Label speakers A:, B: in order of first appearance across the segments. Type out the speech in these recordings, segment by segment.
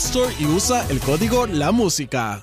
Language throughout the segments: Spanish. A: Store y usa el código La Música.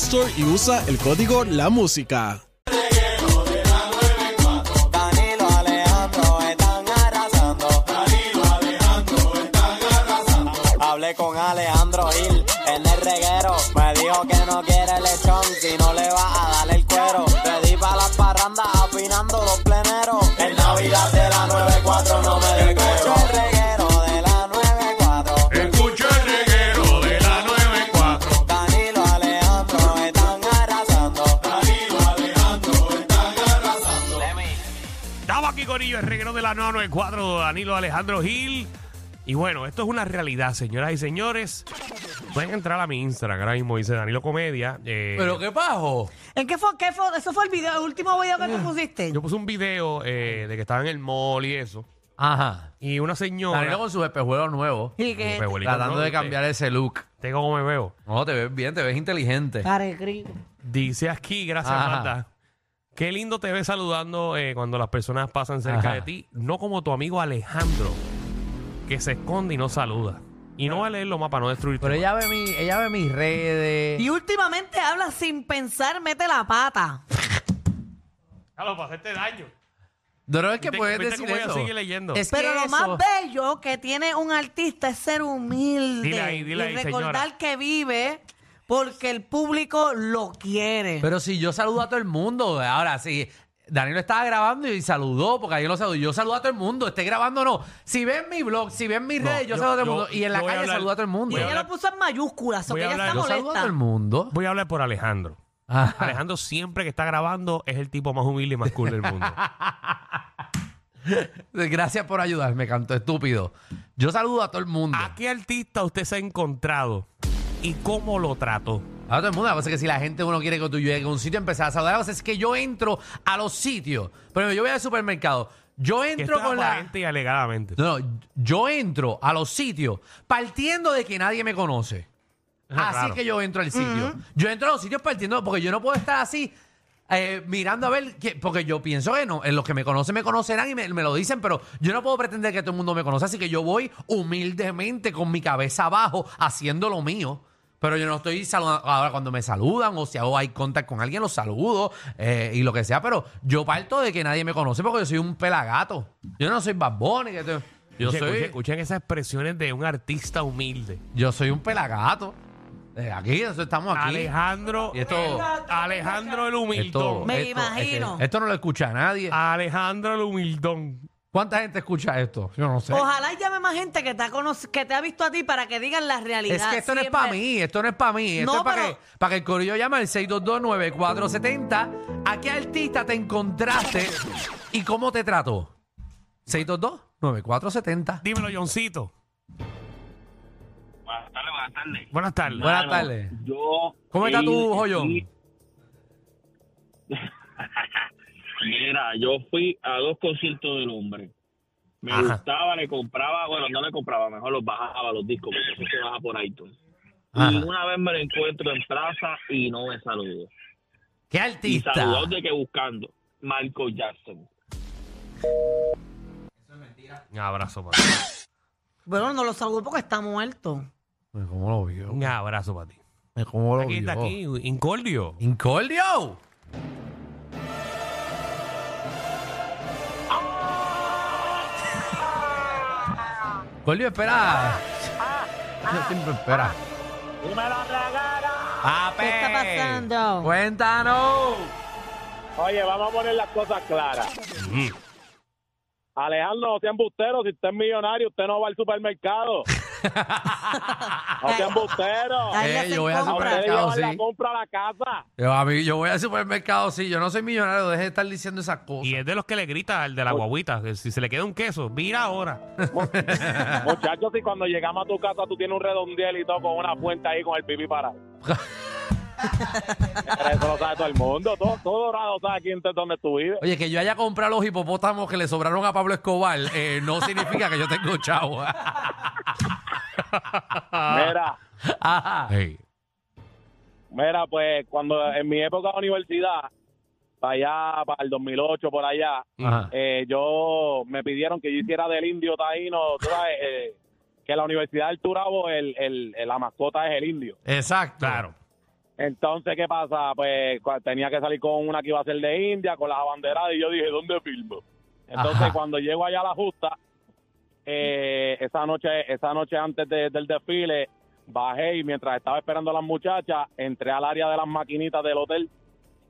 A: Store y usa el código La Música.
B: Danilo Alejandro están arrasando. Danilo Alejandro están arrasando. Hablé con Alejandro Gil en el reguero. Me dijo que no quiere lechón si no le va a dar el cuero. Te di pa' las parrandas afinando los pleneros. En Navidad de la 94 no me descuero. El reguero de la 94.
C: Escucha el reguero de la 94.
B: Danilo Alejandro están arrasando. Danilo Alejandro están arrasando.
C: Estamos aquí con ellos, el reguero de la 994, Danilo Alejandro Gil. Y bueno, esto es una realidad, señoras y señores. Pueden entrar a mi Instagram, ahora mismo dice Danilo Comedia. eh,
D: Pero qué bajo.
E: ¿En qué fue? qué fue? Eso fue el, video, el último video que tú pusiste.
C: yo puse un video eh, de que estaba en el mall y eso.
D: Ajá.
C: Y una señora...
D: Danilo con sus espejuelos nuevos.
E: Y
C: Mi
E: que.
C: abuelita,
D: Tratando
C: ¿no?
D: de cambiar ese look.
C: Tengo como me veo.
D: No, te ves bien, te ves inteligente.
E: Cara de crico.
C: Dice aquí, gracias
D: Ajá.
C: Marta. Qué lindo te ves saludando eh, cuando las personas pasan cerca
D: Ajá.
C: de ti, no como tu amigo Alejandro, que se esconde y no saluda. Y no va a leerlo más para no destruir tu
D: Pero ella ve, mi, ella ve mis redes.
E: Y últimamente habla sin pensar, mete la pata.
C: Claro, para hacerte daño.
D: No, no es que
C: Viste-
D: puedes
C: viste
D: decir
C: cómo ella
D: eso.
C: sigue leyendo.
D: Es que
E: Pero lo
D: eso-
E: más bello que tiene un artista es ser humilde
C: Dile ahí, dile
E: y
C: ahí,
E: recordar
C: señora.
E: que vive porque el público lo quiere.
D: Pero si yo saludo a todo el mundo, ahora sí. Danilo estaba grabando y saludó, porque alguien lo saludó. Yo saludo a todo el mundo, esté grabando o no. Si ven mi blog, si ven mis
C: No,
D: redes, yo,
C: yo-
D: saludo a todo el
C: yo-
D: mundo. Y en la
C: yo voy a
D: calle
C: hablar-
D: saludo a todo el mundo.
E: y
C: voy a
E: ella
C: hablar-
E: lo puso en mayúsculas, o
C: voy
E: que
C: a
E: ella
C: hablar-
E: está
D: yo saludo a todo
E: molesta.
D: el mundo. Ah,
C: Voy a hablar por Alejandro.
D: Ajá.
C: Alejandro siempre que está grabando es el tipo más humilde y más cool del mundo.
D: Gracias por ayudarme, canto estúpido. Yo saludo a todo el mundo.
C: ¿A qué artista usted se ha encontrado y cómo lo trató?
D: A todo el mundo, la cosa es que si la gente uno quiere que tú llegues a un sitio empezar a saludar, la cosa es que yo entro a los sitios. Por ejemplo, yo voy al supermercado, yo
C: Que
D: entro
C: esto es
D: con la.
C: aparente y alegadamente.
D: No, no, yo entro a los sitios partiendo de que nadie me conoce.
C: Eso es
D: así
C: raro.
D: es que yo entro al sitio. Yo entro a los sitios partiendo, porque yo no puedo estar así. eh, mirando a ver, que- porque yo pienso que no, en los que me conocen me conocerán y me, me lo dicen, pero yo no puedo pretender que todo el mundo me conoce, así que yo voy humildemente con mi cabeza abajo haciendo lo mío, pero yo no estoy saludando. Ahora, cuando me saludan o si hago hay contact con alguien, los saludo eh, y lo que sea, pero yo parto de que nadie me conoce porque yo soy un pelagato. Yo no soy babón, que te- yo,
C: Escuchen- escuchen-
D: soy,
C: escuchen esas expresiones de un artista humilde.
D: yo soy un pelagato. Eh, aquí, nosotros estamos aquí.
C: Alejandro.
D: Y esto-
C: Alejandro el
D: Esto,
C: humildón.
E: Me
D: esto-
E: imagino. Ah.
D: es que esto no lo escucha nadie.
C: Alejandro el humildón.
D: ¿Cuánta gente escucha esto? Yo no sé.
E: Ojalá y llame más gente que te, ha conoc- que te ha visto a ti para que digan la realidad.
D: Es que esto no es
E: Siempre-
D: para mí, esto no es para mí. Esto
E: No,
D: es para
E: pero-
D: que, para que el corillo llame al 622-9470. ¿A qué artista te encontraste y cómo te trató? 622-9470.
C: Dímelo, Johncito.
F: Buenas tardes, buenas tardes.
C: Buenas tardes.
D: Buenas tardes.
F: Yo.
D: ¿Cómo está
F: eh,
D: tu joyón?
F: sí. Mira, yo fui a dos conciertos del hombre. Me
C: Ajá.
F: gustaba, le compraba, bueno, no le compraba, mejor los bajaba los discos, porque eso se baja por iTunes. Y
D: Ajá.
F: una vez me lo encuentro en plaza y no me saludó.
D: ¿Qué
F: Y
D: artista?
F: saludos de que buscando. Marco Jackson.
C: Un abrazo para ti.
E: Bueno, no lo salgo porque está muerto.
D: ¿Cómo lo vio?
C: Un abrazo para ti.
D: ¿Cómo lo
C: Aquí está aquí,
D: vio?
C: Incordio.
D: ¡Incordio! Incordio, espera. Yo siempre espera.
F: ¡Dímelo, Dragara!
D: ¡Ape!
E: ¿Qué está pasando?
D: ¡Cuéntanos!
F: Oye, vamos a poner las cosas claras.
C: Mm.
F: Alejandro, no sea embustero. Si usted es millonario, usted no va al supermercado. No sea embustero.
E: Ahí
D: Eh,
E: hacen
D: yo voy a
F: A
E: compras.
F: usted le
D: Supermercado,
F: llevan la
D: sí.
F: compra a la casa.
D: Yo, a mí- yo voy al supermercado, sí. Yo no soy millonario, deje de estar diciendo esas
C: Y
D: cosas.
C: es de los que le grita al de la guaguita. que Si se le queda un queso, mira ahora.
F: Muchachos, si cuando llegamos a tu casa tú tienes un redondel y todo con una fuente ahí con el pipí para. Eso lo sabe todo el mundo. Todo, todo dorado sabe quién es donde tú vives.
D: Oye, que yo haya comprado los hipopótamos que le sobraron a Pablo Escobar, eh, no significa que yo tengo chavo.
F: Mira,
D: Ajá.
C: Hey.
F: mira, pues cuando en mi época de universidad, para allá, para el 2008, por allá,
D: Ajá.
F: eh, yo me pidieron que yo hiciera del indio taíno, tú sabes, eh, que la Universidad del Turabo, el, el- la mascota es el indio.
D: Exacto.
C: Claro.
F: Entonces, ¿qué pasa? Pues cua- tenía que salir con una que iba a ser de India, con las abanderadas, y yo dije, ¿dónde filmo? Entonces,
D: Ajá.
F: cuando llego allá a la justa, eh, esa noche esa noche antes de- del desfile, bajé y mientras estaba esperando a las muchachas, entré al área de las maquinitas del hotel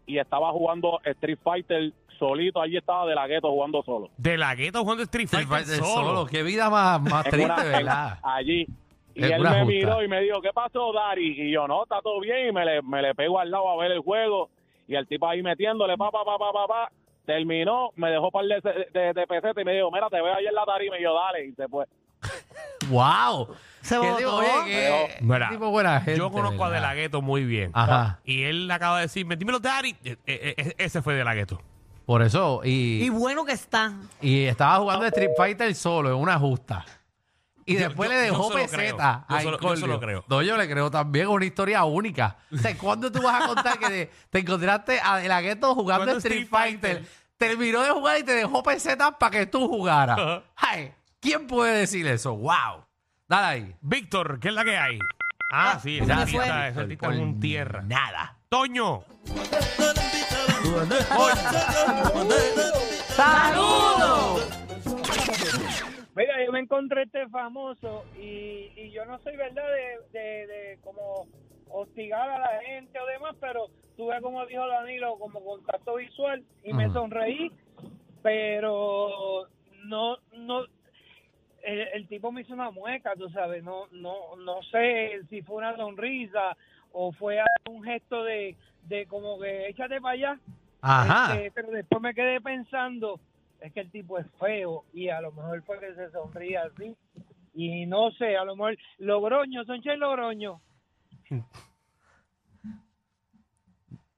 F: y estaba jugando Street Fighter solito. Allí estaba de la gueto jugando solo.
C: De la gueto jugando Street
D: Street
C: Fighter,
D: Fighter
C: solo.
D: solo. Qué vida más, más
F: En
D: triste,
F: una- en-
D: ¿verdad?
F: allí. Y
D: Es
F: él
D: una
F: me
D: justa.
F: miró y me dijo, ¿qué pasó, Dari? Y yo, no, está todo bien. Y me le, me le pego al lado a ver el juego. Y el tipo ahí metiéndole, pa, pa, pa, pa, pa, pa. Terminó, me dejó par de, de, de pesetas y me dijo, mira, te veo ahí en la tarima. Y yo, dale. Y se fue.
D: ¡Wow!
E: Se
D: ¿Qué
E: votó.
D: tipo, oye, qué-
C: Mira,
D: qué tipo buena gente,
C: Yo conozco a De
D: ¿verdad?
C: la Gueto muy bien.
D: Ajá.
C: Y él acaba de decirme, dímelo, Daddy. Eh, eh, eh, ese fue De la Gueto.
D: Por eso, y,
E: Y bueno que está.
D: y estaba jugando Street Fighter solo en una justa. Y
C: Yo-
D: después
C: yo-
D: le
C: yo
D: dejó
C: se lo
D: peseta
C: creo. Yo
D: a
C: se lo- yo
D: Incordio.
C: se lo creo.
D: No, yo le creo también una historia única. O sea, ¿cuándo tú vas a contar que te, te encontraste a De la Ghetto jugando
C: Jugando
D: Street
C: Street
D: Fighter?
C: Fighter.
D: Terminó de jugar y te dejó pesetas para que tú jugaras.
C: Ajá.
D: ¡Ay! ¿Quién puede decir eso? ¡Wow! Dale ahí.
C: Víctor, ¿qué es la que hay? Ah, sí,
E: se
C: ese
E: fue.
C: artista, ese artista es un tierra.
D: Nada.
C: Toño.
D: ¡Saludos!
G: Mira, yo me encontré este famoso y, y yo no soy verdad de, de, de como hostigar a la gente o demás, pero tuve como dijo Danilo como contacto visual y me
D: Ujú.
G: sonreí, pero no no el, el tipo me hizo una mueca, tú sabes, no no no sé si fue una sonrisa o fue un gesto de, de como que échate para allá.
D: Ajá.
G: Este, pero después me quedé pensando, es que el tipo es feo y a lo mejor fue que se sonría así. Y no sé, a lo mejor Logroño, Sonche Logroño.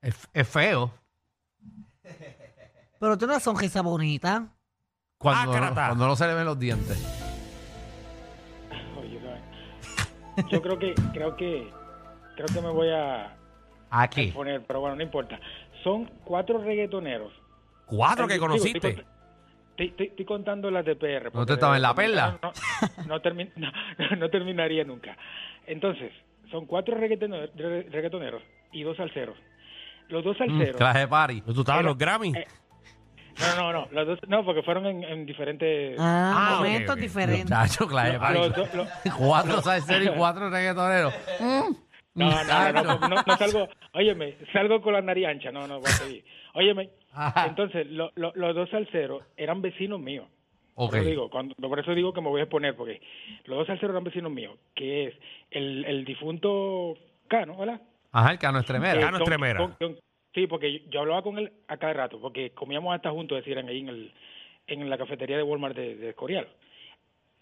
D: Es- es feo.
E: Pero tiene una sonrisa bonita.
C: Ah,
D: Cuando, no,
C: Ácrata.
D: cuando no se le ven los dientes.
G: Oye, eh. yo creo que, creo que, creo que me voy a
D: Aquí.
G: poner, pero bueno, no importa. Son cuatro reggaetoneros.
C: Cuatro que
G: Digo, estoy
C: conociste.
G: cont- Estoy, estoy- estoy contando las de PR.
D: ¿No
G: porque
D: te estaba en la perla?
G: terminar- No, no termi- no- no terminaría nunca. Entonces, son cuatro reggaetoneros, reggaetoneros y dos salseros. Los
D: Mm,
G: dos salseros.
D: Clase de party.
C: ¿Tú estabas en los Grammy?
G: Eh, No, no, no. Los dos, no, porque fueron en, en diferentes.
E: Ah,
C: Ah, ok,
E: momentos
C: ok.
E: diferentes.
D: Chacho, clase de party.
G: Los dos- los-
D: cuatro salseros y cuatro reggaetoneros.
G: Mm. no, no, no, no,
D: Exacto.
G: no, no salgo. Óyeme, salgo con la nariz ancha. No, no, voy a seguir. Óyeme.
D: Ajá.
G: Entonces, lo- lo- los dos salseros eran vecinos míos.
D: Ok.
G: Por eso, digo, cuando- por eso digo que me voy a exponer, porque los dos salseros eran vecinos míos, que es el, el difunto Cano, ¿verdad?
D: Ajá, el cano es tremera.
C: Cano
G: Don-
C: Estremera.
G: Don- Don- sí, porque yo, yo hablaba con él a cada rato, porque comíamos hasta juntos, es decir, en- ahí en, el, en la cafetería de Walmart de, de Escorial.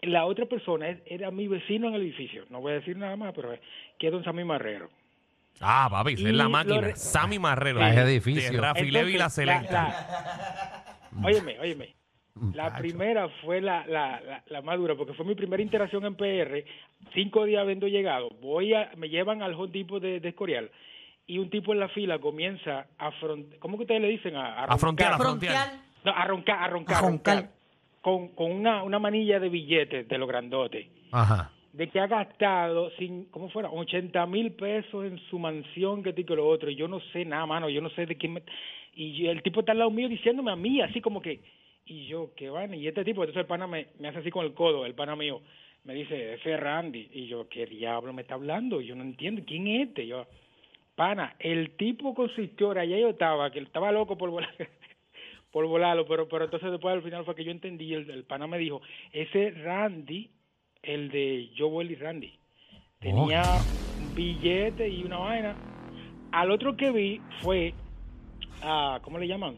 G: La otra persona es- era mi vecino en el edificio, no voy a decir nada más, pero es- que es don Sammy Marrero.
C: Ah, papi, ese es la
G: Y
C: máquina.
G: lo re-
C: Sammy Marrero.
D: Ah, ese edificio.
C: De Rafi Levi y la
G: Entonces, la-
C: Selecta.
G: la- Óyeme, óyeme. La
D: Muchacho.
G: primera fue la, la, la, la más dura, porque fue mi primera interacción en PR, cinco días habiendo llegado. Voy a, me llevan al hot tipo de, de Escorial y un tipo en la fila comienza a fron- ¿cómo que ustedes le dicen? A,
C: A frontear, a
G: roncar.
C: frontear.
E: Frontal.
G: No, a roncar, a roncar.
E: A
G: a
E: roncar.
G: roncar. Con, con una, una manilla de billetes de los grandotes
D: Ajá.
G: de que ha gastado, sin, ¿cómo fuera? 80 mil pesos en su mansión, que tico lo otro. Y yo no sé nada, mano, yo no sé de quién me... Y yo- el tipo está al lado mío diciéndome a mí, así como que... Y yo, ¿qué van? Y este tipo, entonces el pana me, me hace así con el codo, el pana mío. me dice, ese es Randy. Y yo, ¿qué diablo me está hablando? Yo no entiendo, ¿quién es este? Yo, pana, el tipo consistió, allá yo estaba, que estaba loco por volar. por volarlo, pero, pero entonces después al final fue que yo entendí, el, el pana me dijo, ese es Randy, el de Yo Willy Randy, tenía un billete y una vaina. Al otro que vi fue a, ¿cómo le llaman?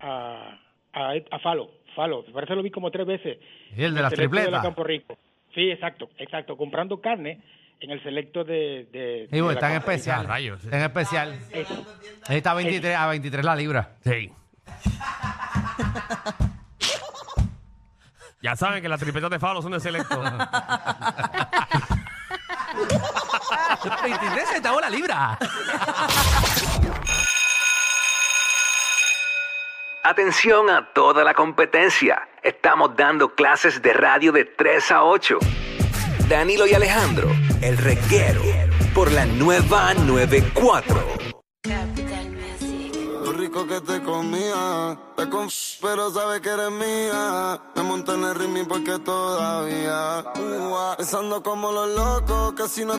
G: A, a, a Falo, Falo, me parece que lo vi como tres veces.
H: Y el de
G: en
H: las
G: Selecto de la
H: tripletas.
G: Campo Rico. Sí, exacto, exacto, comprando carne en el selecto de... de,
H: Y
G: de
H: bueno,
G: la
H: está en
G: Campo Rico.
H: especial.
C: rayos.
H: Está en especial.
G: Ah,
H: Ahí está 23, a 23 la libra.
C: Sí. ya saben que las tripetas de Falo son de selecto.
H: 23 centavos la libra.
D: Atención a toda la competencia. Estamos dando clases de radio de 3 a 8. Danilo y Alejandro, el reguero, por la nueva 94.
I: Lo rico que te comía, te conf- pero sabes que eres mía. Me ah, monté en el ritmo porque todavía, uh, pensando como los locos, que si no